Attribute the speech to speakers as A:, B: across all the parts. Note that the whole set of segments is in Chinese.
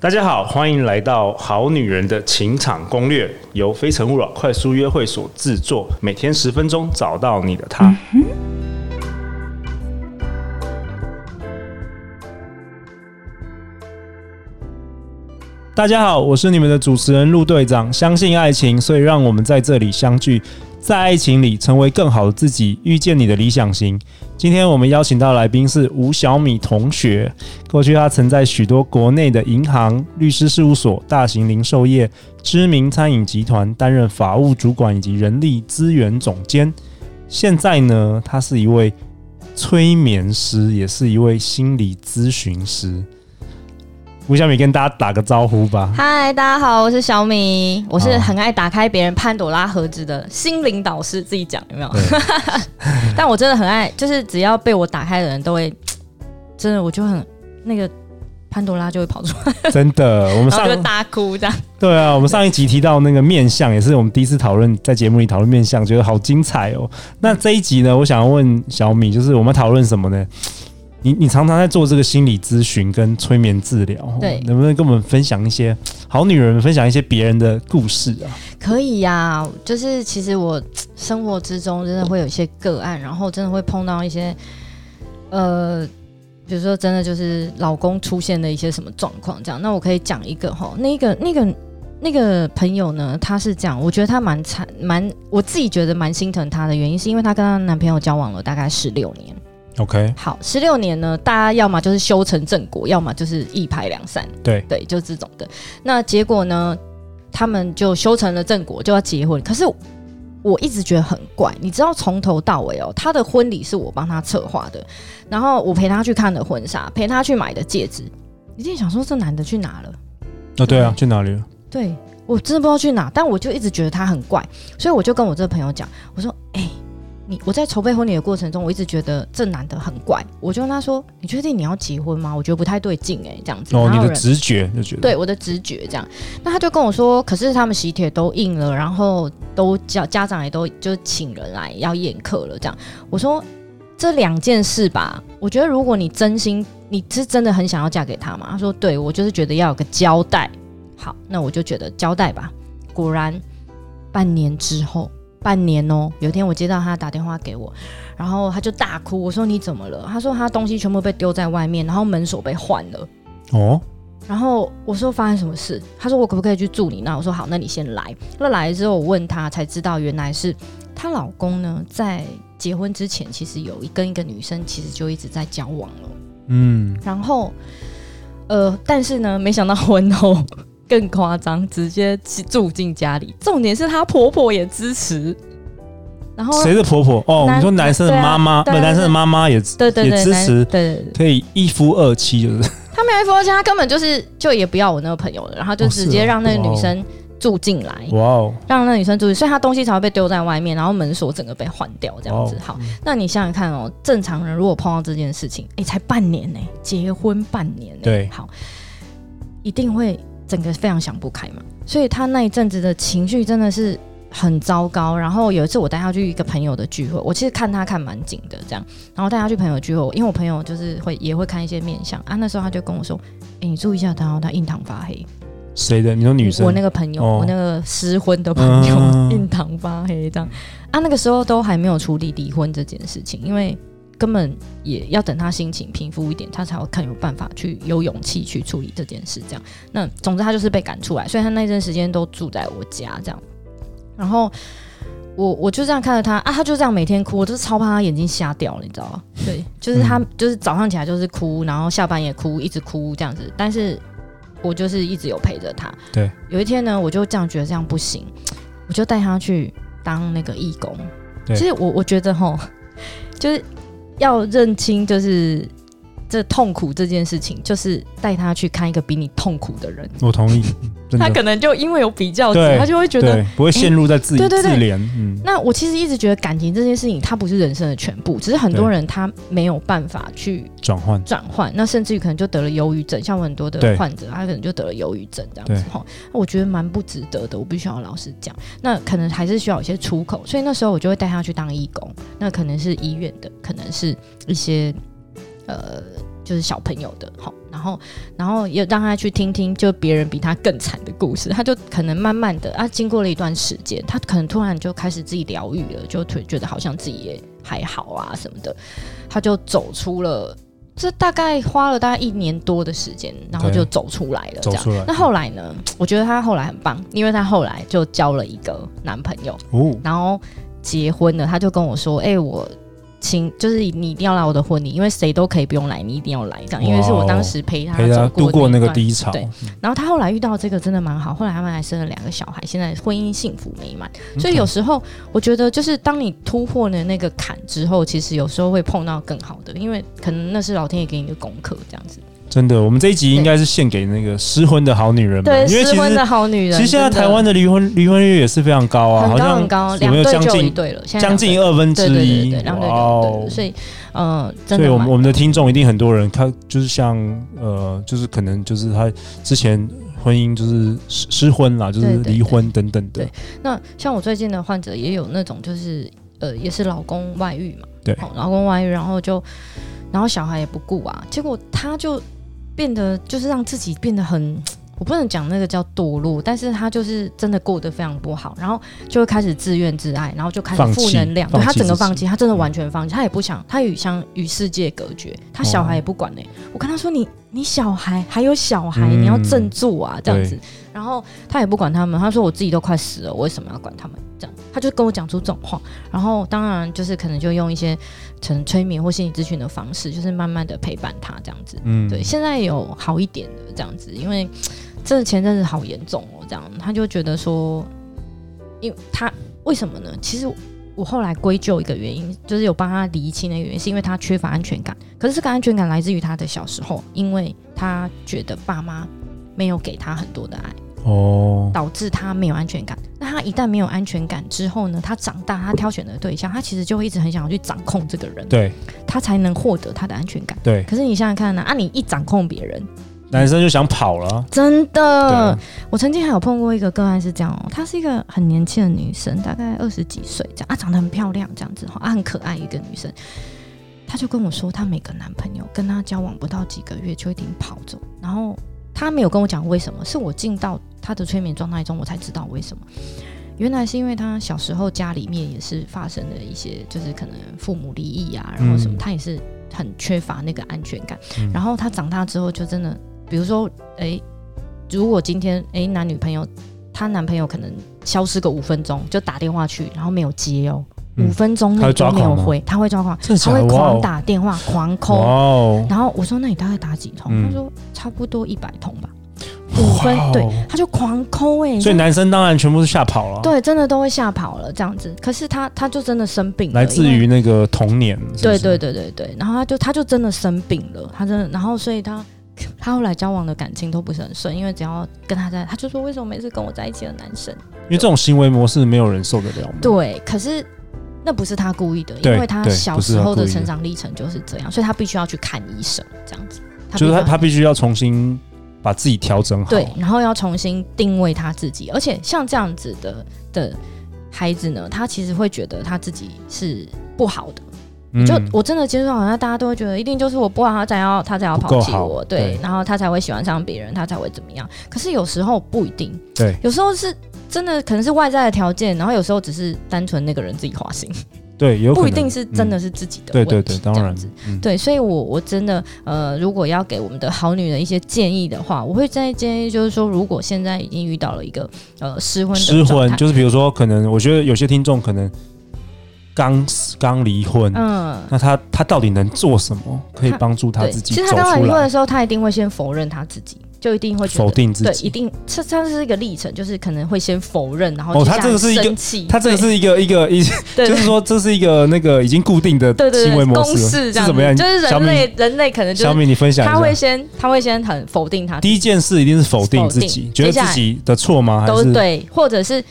A: 大家好，欢迎来到《好女人的情场攻略》，由非诚勿扰快速约会所制作，每天十分钟，找到你的他。大家好，我是你们的主持人陆队长。相信爱情，所以让我们在这里相聚，在爱情里成为更好的自己，遇见你的理想型。今天我们邀请到来宾是吴小米同学。过去他曾在许多国内的银行、律师事务所、大型零售业、知名餐饮集团担任法务主管以及人力资源总监。现在呢，他是一位催眠师，也是一位心理咨询师。吴小米跟大家打个招呼吧。
B: 嗨，大家好，我是小米，我是
A: 好
B: 很爱打开别人潘朵拉盒子的心灵导师，自己讲有没有
A: 对？
B: 但我真的很爱，就是只要被我打开的人都会，真的我就很那个潘朵拉就会跑出来，
A: 真的，我们
B: 然后哦就会
A: 上
B: 大哭这样。
A: 对啊，我们上一集提到那个面相，也是我们第一次讨论在节目里讨论面相，觉得好精彩哦。那这一集呢，我想要问小米，就是我们讨论什么呢？你你常常在做这个心理咨询跟催眠治疗，哦
B: 对
A: 能不能跟我们分享一些好女人分享一些别人的故事啊？
B: 可以呀、就是其实我生活之中真的会有一些个案，然后真的会碰到一些，呃，比如说真的就是老公出现的一些什么状况这样。那我可以讲一个哈，那个那个那个朋友呢，她是这样，我觉得她蛮惨，蛮我自己觉得蛮心疼她的原因，是因为她跟她男朋友交往了大概十六年。
A: OK，
B: 好，十六年呢，大家要么就是修成正果，要么就是一拍两散。
A: 对
B: 对，就这种的。那结果呢，他们就修成了正果，就要结婚。可是我一直觉得很怪，你知道，从头到尾哦，他的婚礼是我帮他策划的，然后我陪他去看的婚纱，陪他去买的戒指。你一定想说这男的去哪了？
A: 哦对啊，去哪里了？
B: 对我真的不知道去哪，但我就一直觉得他很怪，所以我就跟我这个朋友讲，我说：“哎、你我在筹备婚礼的过程中，我一直觉得这男的很怪。”我就跟他说：“你确定你要结婚吗？我觉得不太对劲哎、这样子。”
A: 哦，
B: 哪
A: 你
B: 有
A: 的
B: 人
A: 直觉就觉得
B: 对我的直觉这样。那他就跟我说，可是他们喜帖都印了，然后都叫家长也都就请人来要宴客了这样。我说这两件事吧，我觉得如果你真心，你是真的很想要嫁给他嘛？他说对，我就是觉得要有个交代。好，那我就觉得交代吧。果然，半年之后。半年哦，有一天我接到他打电话给我，然后他就大哭。我说你怎么了？他说他东西全部被丢在外面，然后门锁被换了。
A: 哦，
B: 然后我说发生什么事？他说我可不可以去住你那？我说好，那你先来。那来了之后，我问他才知道，原来是她老公呢，在结婚之前其实有一跟一个女生其实就一直在交往了。
A: 嗯，
B: 然后，呃，但是呢，没想到婚后更夸张，直接住进家里。重点是她婆婆也支持。然后
A: 谁的婆婆？哦，
B: 男
A: 你说男生的妈妈，不，
B: 对啊对啊
A: 男生的妈妈也
B: 对对对，
A: 也支持
B: 男对对对，
A: 可以一夫二妻，就是
B: 他没有 F O 加，他根本就是就也不要我那个朋友了，然后就
A: 哦
B: 直
A: 是
B: 接
A: 哦
B: 让那个
A: 哇
B: 女
A: 哦
B: 生住进来。
A: 哇哦，
B: 让那女生注意，所以她东西才会被丢在外面，然后门锁整个被换掉这样子。
A: 哇哦
B: 好，那你想想看哦，正常人如果碰到这件事情，哎、才半年呢、结婚半年呢、
A: 对
B: 好，一定会整个非常想不开嘛。所以她那一阵子的情绪真的是很糟糕。然后有一次我带她去一个朋友的聚会，我其实看她看蛮紧的这样，然后带她去朋友聚会，因为我朋友就是会也会看一些面相啊。那时候她就跟我说：“哎、你注意一下她哦，她印堂发黑。”
A: 谁的？你说女生？
B: 我那个朋友，
A: 哦
B: 我那个失婚的朋友，
A: 嗯
B: 印堂发黑这样啊，那个时候都还没有处理离婚这件事情，因为根本也要等他心情平复一点，他才会看有办法去有勇气去处理这件事。这样，那总之他就是被赶出来，所以他那段时间都住在我家这样，然后。我我就这样看着他啊，他就这样每天哭，我就是超怕他眼睛瞎掉了，你知道吗？对，就
A: 嗯
B: 是他、就是早上起来就是哭，然后下班也哭，一直哭这样子。但是我就是一直有陪着他。
A: 对，
B: 有一天呢，我就这样觉得这样不行，我就带他去当那个义工。
A: 对
B: 其实我我觉得吼，就是要认清，就是这痛苦这件事情，就是带他去看一个比你痛苦的人，
A: 我同意，真
B: 他
A: 的
B: 可能就因为有比较值
A: 对，
B: 他就会觉得
A: 对，不会陷入在自己
B: 对对对
A: 自怜，嗯，
B: 那我其实一直觉得感情这件事情，它不是人生的全部，只是很多
A: 对
B: 人他没有办法去
A: 转换，
B: 转换，那甚至于可能就得了忧郁症，像我很多的
A: 对
B: 患者，他可能就得了忧郁症这样
A: 对
B: 子哈。那我觉得蛮不值得的，我必须要老实讲。那可能还是需要有一些出口，所以那时候我就会带他去当义工，那可能是医院的，可能是一些呃。就是小朋友的，好，然后然后也让他去听听就别人比他更惨的故事，他就可能慢慢的啊，经过了一段时间，他可能突然就开始自己疗愈了，就突觉得好像自己也还好啊什么的，他就走出了。这大概花了大概一年多的时间，然后
A: 对
B: 就走出来了。
A: 走
B: 这样
A: 出来
B: 那后来呢？我觉得她后来很棒，因为她后来就交了一个男朋友，
A: 哦，
B: 然后结婚了。她就跟我说：“哎、我请，就是你一定要来我的婚礼，因为谁都可以不用来，你一定要来。”这样，因为是
A: 哇
B: 我
A: 哦
B: 当时陪她
A: 陪他
B: 走
A: 度过那
B: 一
A: 个
B: 段
A: 低潮，嗯
B: 对然后她后来遇到这个真的蛮好，后来他们还生了两个小孩，现在婚姻幸福美满。所以有时候我觉得，就是当你突破了那个坎之后，其实有时候会碰到更好的，因为可能那是老天爷给你的功课，这样子。
A: 真的，我们这一集应该是献给那个失婚的好女人们，
B: 对，
A: 因为其
B: 失婚的
A: 实
B: 好女人，
A: 其实现在
B: 真的
A: 台湾的离婚离婚率也是非常高啊，
B: 很
A: 好
B: 高
A: 像
B: 很高，
A: 有
B: 两
A: 没有
B: 对
A: 将
B: 就有一
A: 近
B: 对了，现在
A: 将近
B: 两
A: 二分
B: 对
A: 之
B: 对对
A: 一
B: 对，？两对就有对
A: 哇哦
B: 了，所以呃，真
A: 所以，
B: 的
A: 我们
B: 蛮
A: 我们的听众一定很多人，他就是像呃，就是可能就是他之前婚姻就是失失婚啦，就是
B: 对对
A: 离婚等等的
B: 对。那像我最近的患者也有那种就是呃，也是老公外遇嘛，
A: 对
B: 哦老公外遇，然后就然后小孩也不顾啊，结果他就变得就是让自己变得很。我不能讲那个叫堕落，但是他就是真的过得非常不好，然后就会开始自怨自艾，然后就开始
A: 放弃
B: 负能量，
A: 放
B: 对
A: 弃
B: 他整个
A: 自己
B: 放弃，他真的完全放弃，他也不想，他与想与世界隔绝，他小孩也不管嘞、我跟他说你你小孩还有小孩，
A: 哦嗯
B: 你要振作啊，这样子
A: 对。
B: 然后他也不管他们，他说我自己都快死了，我为什么要管他们？这样，他就跟我讲出这种话。然后当然就是可能就用一些可能催眠或心理咨询的方式，就是慢慢的陪伴他这样子。
A: 嗯，
B: 对，现在有好一点的这样子，因为真的前阵子好严重哦，这样他就觉得说，因为他为什么呢？其实我后来归咎一个原因，就是有帮他厘清的原因，是因为他缺乏安全感。可是这个安全感来自于他的小时候，因为他觉得爸妈没有给他很多的爱。
A: 哦，
B: 导致他没有安全感。那他一旦没有安全感之后呢，他长大，他挑选的对象，他其实就会一直很想要去掌控这个人，
A: 对
B: 他才能获得他的安全感。
A: 对，
B: 可是你想想看呢、啊，你一掌控别人，
A: 男生就想跑了啊。
B: 真
A: 对
B: 的
A: 啊，，
B: 我曾经还有碰过一个个案是这样哦，她是一个很年轻的女生，大概二十几岁这样，啊，长得很漂亮这样子哈，啊，很可爱一个女生。她就跟我说，她每个男朋友跟她交往不到几个月就已经跑走，然后她没有跟我讲为什么，是我进到她的催眠状态中，我才知道为什么。原来是因为她小时候家里面也是发生了一些，就是可能父母离异啊，然后什么，
A: 嗯
B: 她也是很缺乏那个安全感。
A: 嗯
B: 然后她长大之后就真的，比如说，诶。如果今天诶男女朋友，她男朋友可能消失个五分钟，就打电话去，然后没有接哦，
A: 嗯
B: 五分钟
A: 他
B: 内
A: 会抓
B: 都没有
A: 狂吗
B: 回，他会抓狂，
A: 真的
B: 他
A: 假
B: 会
A: 的？哇
B: 狂
A: 哦，
B: 打电话、狂
A: 哇
B: 抠。
A: 哦，
B: 然后我说：“那你大概打几通？”
A: 嗯
B: 他说：“差不多一百通吧。”五分
A: 哇哦
B: 对，他就狂抠哎、
A: 所以
B: 这样
A: 男生当然全部是吓跑了。，
B: 对真的都会吓跑了这样子。可是他他就真的生病了，
A: 来自
B: 因为
A: 于那个童年。是不
B: 对
A: 是
B: 对，对对对，然后他就他就真的生病了，他真的，然后所以 他他后来交往的感情都不是很顺，因为只要跟他在，他就说为什么每次跟我在一起的男生，
A: 因为这种行为模式没有人受得了嘛。
B: 对，可是那不是他故意的，
A: 对
B: 因为他
A: 对
B: 小
A: 不是
B: 时
A: 他
B: 候
A: 故
B: 的
A: 意的
B: 成长历程就是这样，所以他必须要去看医生，这样子，
A: 就是他
B: 必须要
A: 他必须要重新把自己调整好。
B: 对，然后要重新定位他自己，而且像这样子的的孩子呢，他其实会觉得他自己是不好的。
A: 嗯，
B: 就我真的接触到，好像大家都会觉得一定就是我不好，他才要他才要
A: 不
B: 抛
A: 够
B: 弃
A: 好
B: 我，对，
A: 对
B: 然后他才会喜欢上别人，他才会怎么样。可是有时候不一定，
A: 对，
B: 有时候是真的可能是外在的条件，然后有时候只是单纯那个人自己花心，
A: 对，有可
B: 不一
A: 能
B: 定是真的
A: 嗯
B: 是自己的
A: 对
B: 问题。
A: 对对，当
B: 这
A: 然
B: 样子。，
A: 嗯，
B: 对，所以我我真的呃，如果要给我们的好女人一些建议的话，我会再建议就是说，如果现在已经遇到了一个呃失婚的
A: 失
B: 状
A: 婚
B: 态
A: 就是比如说，可能我觉得有些听众可能刚刚离婚，
B: 嗯，
A: 那他他到底能做什么可以
B: 他
A: 帮助他
B: 对，
A: 自己
B: 其
A: 走
B: 实他
A: 出
B: 刚离婚的
A: 来，
B: 时候，他一定会先否认他自己，就一定会觉
A: 否
B: 得。
A: 定自
B: 对，一
A: 己？
B: 定这它是一个历程，就是可能会先否认，然后
A: 哦
B: 接
A: 他
B: 下
A: 这
B: 来
A: 个是一个
B: 生气，
A: 他这个
B: 对
A: 是一个一个一，
B: 对
A: 就是说这是一个那个已经固定的
B: 对对
A: 行为
B: 对
A: 模
B: 公
A: 式了，是
B: 式这样
A: 怎么样？
B: 子就是
A: 小
B: 人
A: 米，
B: 类人类可能就
A: 小
B: 是
A: 米，你分享
B: 他
A: 一
B: 会
A: 下。
B: 先他会先很否定他自己
A: 第一件事一定是否定自
B: 否
A: 己，
B: 定
A: 觉得
B: 接下
A: 自
B: 来
A: 己的错吗？还
B: 都
A: 是
B: 对，或者是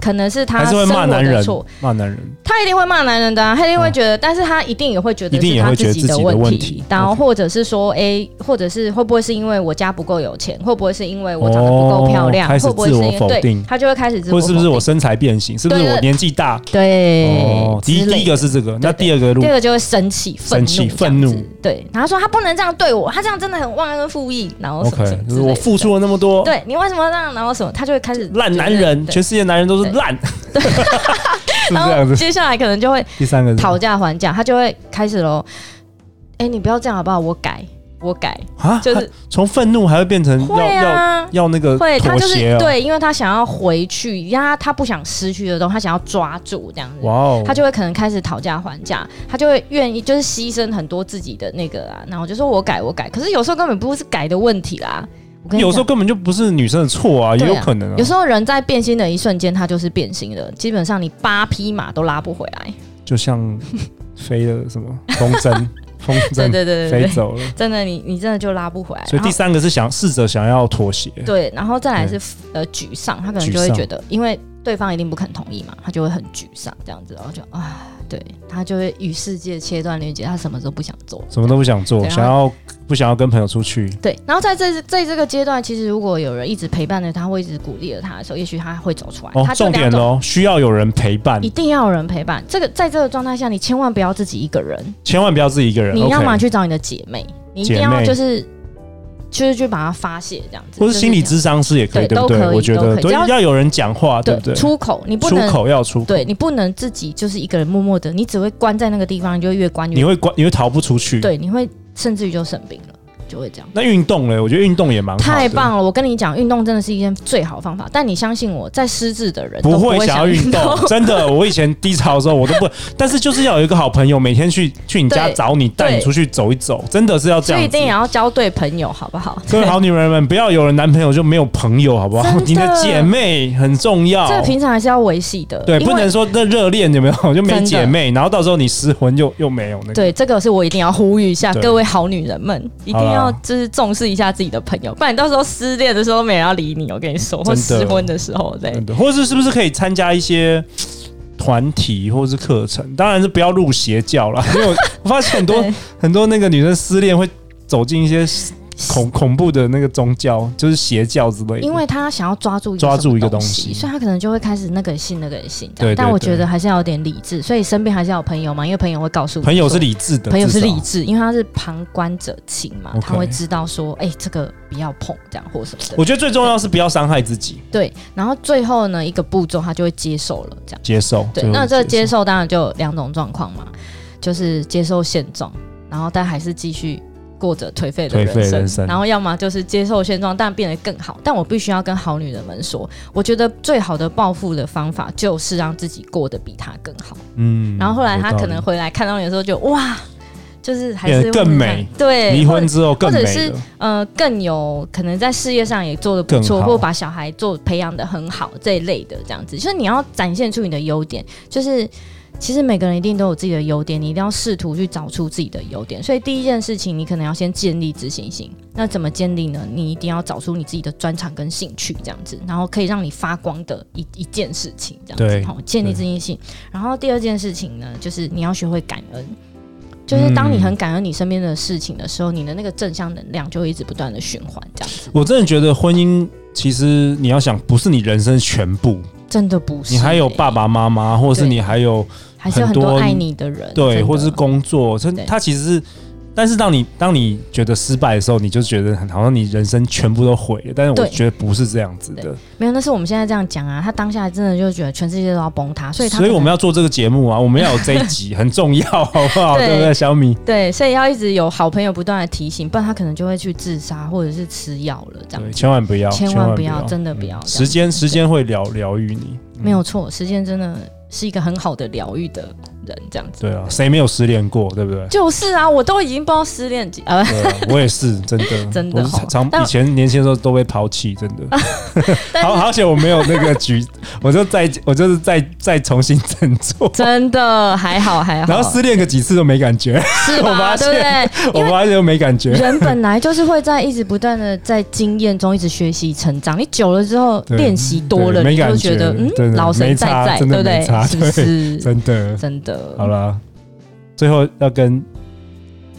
B: 可能是他
A: 还是会
B: 生
A: 骂
B: 活
A: 男
B: 的
A: 人
B: 错，，
A: 骂男人。
B: 他一定会骂男人的、啊，他一定会觉得，但是他一定也会觉得
A: 一定
B: 是
A: 也
B: 他
A: 会觉得
B: 己
A: 自己的
B: 问
A: 问题
B: 然后
A: OK
B: 或者是说，哎、或者是会不会是因为我家不够有钱，会不会是因为我长得不够漂亮，
A: 哦开始
B: 会不会是因为
A: 自我否定
B: 对，他就会开始自我
A: 或者
B: 否定，
A: 是不是我身材变形？是不是
B: 对
A: 我
B: 对
A: 年纪大？
B: 对，
A: 哦第一
B: 之类
A: 第一个
B: 的
A: 是这个，那
B: 对
A: 第二个路
B: 第二个就会生气、愤
A: 生
B: 怒
A: 气
B: 这样子
A: 愤怒，
B: 对，然后说他不能这样对我，他这样真的很忘恩负义，然后什么什么
A: ，OK，就
B: 之类
A: 是
B: 的
A: 我付出了那么多，
B: 对你为什么这样，然后什么，他就会开始
A: 烂
B: 觉得
A: 男人，
B: 对
A: 全世界男人都是
B: 对
A: 烂， 是
B: 然
A: 这样
B: 后
A: 子。
B: 接下来可能就会
A: 第三个是
B: 讨价还价，他就会开始喽，哎、你不要这样好不好？我改，我改，
A: 啊，
B: 就
A: 他
B: 是
A: 从愤怒还会变成 要
B: 会
A: 要
B: 啊。
A: 要那个
B: 会，他
A: 妥
B: 就是
A: 协哦。
B: 对，因为他想要回去，他他不想失去的东西，他想要抓住这样子。
A: 哇哦，
B: 他就会可能开始讨价还价，他就会愿意就是牺牲很多自己的那个啊，然后就说我改我改，可是有时候根本不是改的问题啦。我跟你
A: 有时候
B: 讲
A: 根本就不是女生的错啊，也
B: 对啊
A: 有可能啊
B: 有，时候人在变心的一瞬间，他就是变心了，基本上你八匹马都拉不回来。
A: 就像飞了什么风 筝，风
B: 对
A: 筝
B: 对对对
A: 飞
B: 对，
A: 走了。
B: 真的你你真的就拉不回来。
A: 所以
B: 然后
A: 第三个是想试着想要妥协，
B: 对，然后再来是呃沮丧，他可能就会
A: 沮丧
B: 觉得，因为对方一定不肯同意嘛，他就会很沮丧，这样子，然后就啊，对他就会与世界切断连接，他什么都不想做，
A: 什么都不想做，
B: 对
A: 想要不想要跟朋友出去，
B: 对。然后在这在这个阶段，其实如果有人一直陪伴着他，会一直鼓励着他的时候，也许他会走出来。
A: 哦
B: 他，就
A: 重点
B: 两种，
A: 哦，需要有人陪伴
B: 一，定要有人陪伴。这个在这个状态下，你千万不要自己一个人，
A: 千万不要自己一个人。
B: 你要
A: OK
B: 么去找你的姐妹，你一定
A: 姐
B: 要
A: 妹
B: 就是就是去把它发泄这样子，
A: 或
B: 就是
A: 心理
B: 这样
A: 智商师也可以，
B: 对
A: 对不
B: 都
A: 对？
B: 可以
A: 我觉
B: 都
A: 得
B: 可以
A: 对
B: 只要
A: 要有人讲话，对不对？
B: 对出口，你不
A: 出
B: 能
A: 口要出口，
B: 对你不能自己就是一个人默默的，你只会关在那个地方，你就会越关越
A: 你会关，你会逃不出去。，
B: 对，你会甚至于就生病了，就会这样。
A: 那运动嘞，我觉得运动也蛮好的
B: 太，棒了！我跟你讲，运动真的是一件最好的方法。但你相信我，在失智的人都
A: 不会
B: 想
A: 想要运 动， 真的。我以前低潮的时候我都不，但是就是要有一个好朋友，每天去去你家
B: 对
A: 找你，带你
B: 对
A: 出去走一走，真的是要这
B: 所以一
A: 样子
B: 定也。要交对朋友，好不好？
A: 各位好女人们，不要有了男朋友就没有朋友，好不好？
B: 真的
A: 你的姐妹很重要。
B: 这个平常还是要维系的，
A: 对，
B: 因为
A: 不能说那热恋有没有就没
B: 真的
A: 姐妹，然后到时候你失魂又又没有那个。
B: 对，这个是我一定要呼吁一下
A: 对
B: 各位好女人们，一定
A: 好啦
B: 要就是重视一下自己的朋友，不然你到时候失恋的时候没人要理你，我跟你说，
A: 真
B: 或
A: 的
B: 失婚的时候，对，
A: 真的，或者是是不是可以参加一些团体或是课程？当然是不要入邪教啦，因为我我发现很多
B: 对
A: 很多那个女生失恋会走进一些恐恐怖的那个宗教，就是邪教之类的。
B: 因为他想要抓住一个
A: 抓住一个
B: 什么
A: 东
B: 东
A: 西
B: 所以他可能就会开始那个信那个信这
A: 对对
B: 样。但我觉
A: 对
B: 得还是要有点理智，所以身边还是要有朋友嘛，因为朋友会告诉你
A: 朋友是。
B: 说
A: 理智的，
B: 朋友是
A: 至少
B: 理智，因为他是旁观者清嘛
A: OK
B: 他会知道说，哎、这个不要碰，这样或什么的。
A: 我觉得最重要是不要伤害自己，
B: 对，然后最后呢，一个步骤他就会接受了，这样。
A: 接受。
B: 对，
A: 最后
B: 那这个接
A: 接受
B: 受当然就有两种状况嘛，就是接受现状，然后但还是继续过着颓废的
A: 颓
B: 人
A: 废
B: 生，
A: 人生
B: 然后要么就是接受现状，但变得更好。但我必须要跟好女人们说，我觉得最好的报复的方法就是让自己过得比她更好。
A: 嗯
B: 然后后来她
A: 有道理
B: 可能回来看到你的时候就，哇，就是还
A: 变
B: 是
A: 得
B: 会
A: 更
B: 很
A: 美，
B: 对，
A: 离
B: 或
A: 婚
B: 者
A: 之后更
B: 或
A: 美
B: 者是
A: 了，
B: 呃，更有可能在事业上也做得不
A: 更
B: 错，
A: 好
B: 或把小孩做培养的很好这一类的，这样子，就是你要展现出你的优点，就是。其实每个人一定都有自己的优点，你一定要试图去找出自己的优点。所以第一件事情，你可能要先建立自信心。那怎么建立呢？你一定要找出你自己的专长跟兴趣，这样子，然后可以让你发光的一一件事情，这样
A: 对
B: 子，好，建立
A: 对
B: 自信心。然后第二件事情呢，就是你要学会感恩。就是当你很感恩你身边的事情的时候，你的那个正向能量就会一直不断的循环，这样子
A: 我真的觉得婚姻其实你要想，不是你人生全部，
B: 真的不是、
A: 你还有
B: 欸
A: 爸，爸妈妈，或者是
B: 对
A: 你还有
B: 还是有很
A: 很
B: 多
A: 多
B: 爱你的人，真
A: 对，
B: 的
A: 或是工作，它
B: 对
A: 它其实是，但是当你当你觉得失败的时候，你就觉得很好像你人生全部都毁了。但是我
B: 对
A: 觉得不是这样子的，
B: 没有，那是我们现在这样讲啊，他当下真的就觉得全世界都要崩塌，所以他
A: 所以我们
B: 要
A: 要做这个节目啊，我们要有这一 集很重要，好不好？
B: 对
A: 对不对，小米？
B: 对，所以要一直有好朋友不断的提醒，不然他可能就会去自杀或者是吃药了，这样
A: 对，
B: 子
A: 千万不要，
B: 千万
A: 万
B: 不要真的不要这样
A: 时间时间会疗疗愈你，嗯
B: 没有错，时间真的是一个很好的疗愈的人这样子。
A: 对啊，谁没有失恋过，对不对？
B: 就是啊，我都已经不知道失恋几呃，
A: 对 啊，我也是，真的，
B: 真的
A: 我是
B: 哦
A: 常
B: 但
A: 以前年轻的时候都被抛弃，真的。
B: 但
A: 好
B: 是
A: 好险，我没有那个局， 我就再，我就是再再重新振作，
B: 真的还好还
A: 然
B: 好，
A: 后失恋个几次都没感觉，
B: 是
A: 我发
B: 吧？
A: 现
B: 对不对？因
A: 我
B: 为
A: 发现都没感觉。
B: 人本来就是会在一直不断的在经验中一直学习成长，你久了之后
A: 对
B: 练习多
A: 对
B: 了，你
A: 没
B: 就
A: 感
B: 会
A: 觉
B: 觉得嗯
A: 真的
B: 老
A: 没
B: 神在
A: 差
B: 在，
A: 真
B: 对
A: 的
B: 不
A: 没差
B: 对？是不是？
A: 真的。
B: 真的
A: 好啦，最后要跟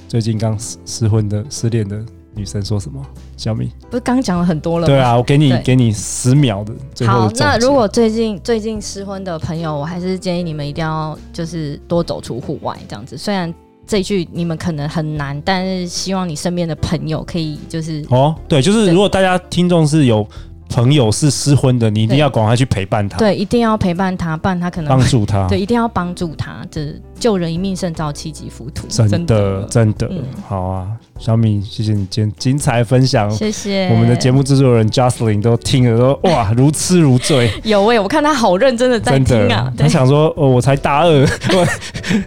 A: 最近刚失失婚的失恋的女生说什么？小米，
B: 不是刚讲了很多了吗？
A: 对啊，我给你
B: 对
A: 给你十秒的最后
B: 好
A: 的，总
B: 那
A: 结
B: 如果最近最近失婚的朋友，我还是建议你们一定要就是多走出户外这样子。虽然这一句你们可能很难，但是希望你身边的朋友可以就是
A: 哦，对，就是
B: 对
A: 如果大家听众是有朋友是失婚的，你一定
B: 对
A: 要赶快去陪伴他，
B: 对，一定要陪伴他，不然他可能
A: 帮助他，
B: 对，一定要帮助他，这救人一命胜造七级浮屠，
A: 真的真的
B: 嗯
A: 好啊，小米，谢谢你今天精彩分享。
B: 谢谢
A: 我们的节目制作人 Jocelyn 都听了 都哇如痴如醉，
B: 有哎、我看他好认真的在
A: 真
B: 听
A: 的。
B: 啊，
A: 他
B: 对
A: 想说，哦，我才大二， 我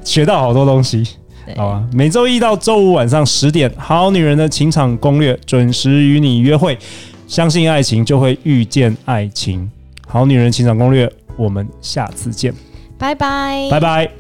A: 学到好多东西。
B: 对
A: 好啊，每周一到周五晚上十点，《好女人的情场攻略》准时与你约会。相信爱情，就会遇见爱情。《好女人情场攻略》，我们下次见，
B: 拜拜，
A: 拜拜。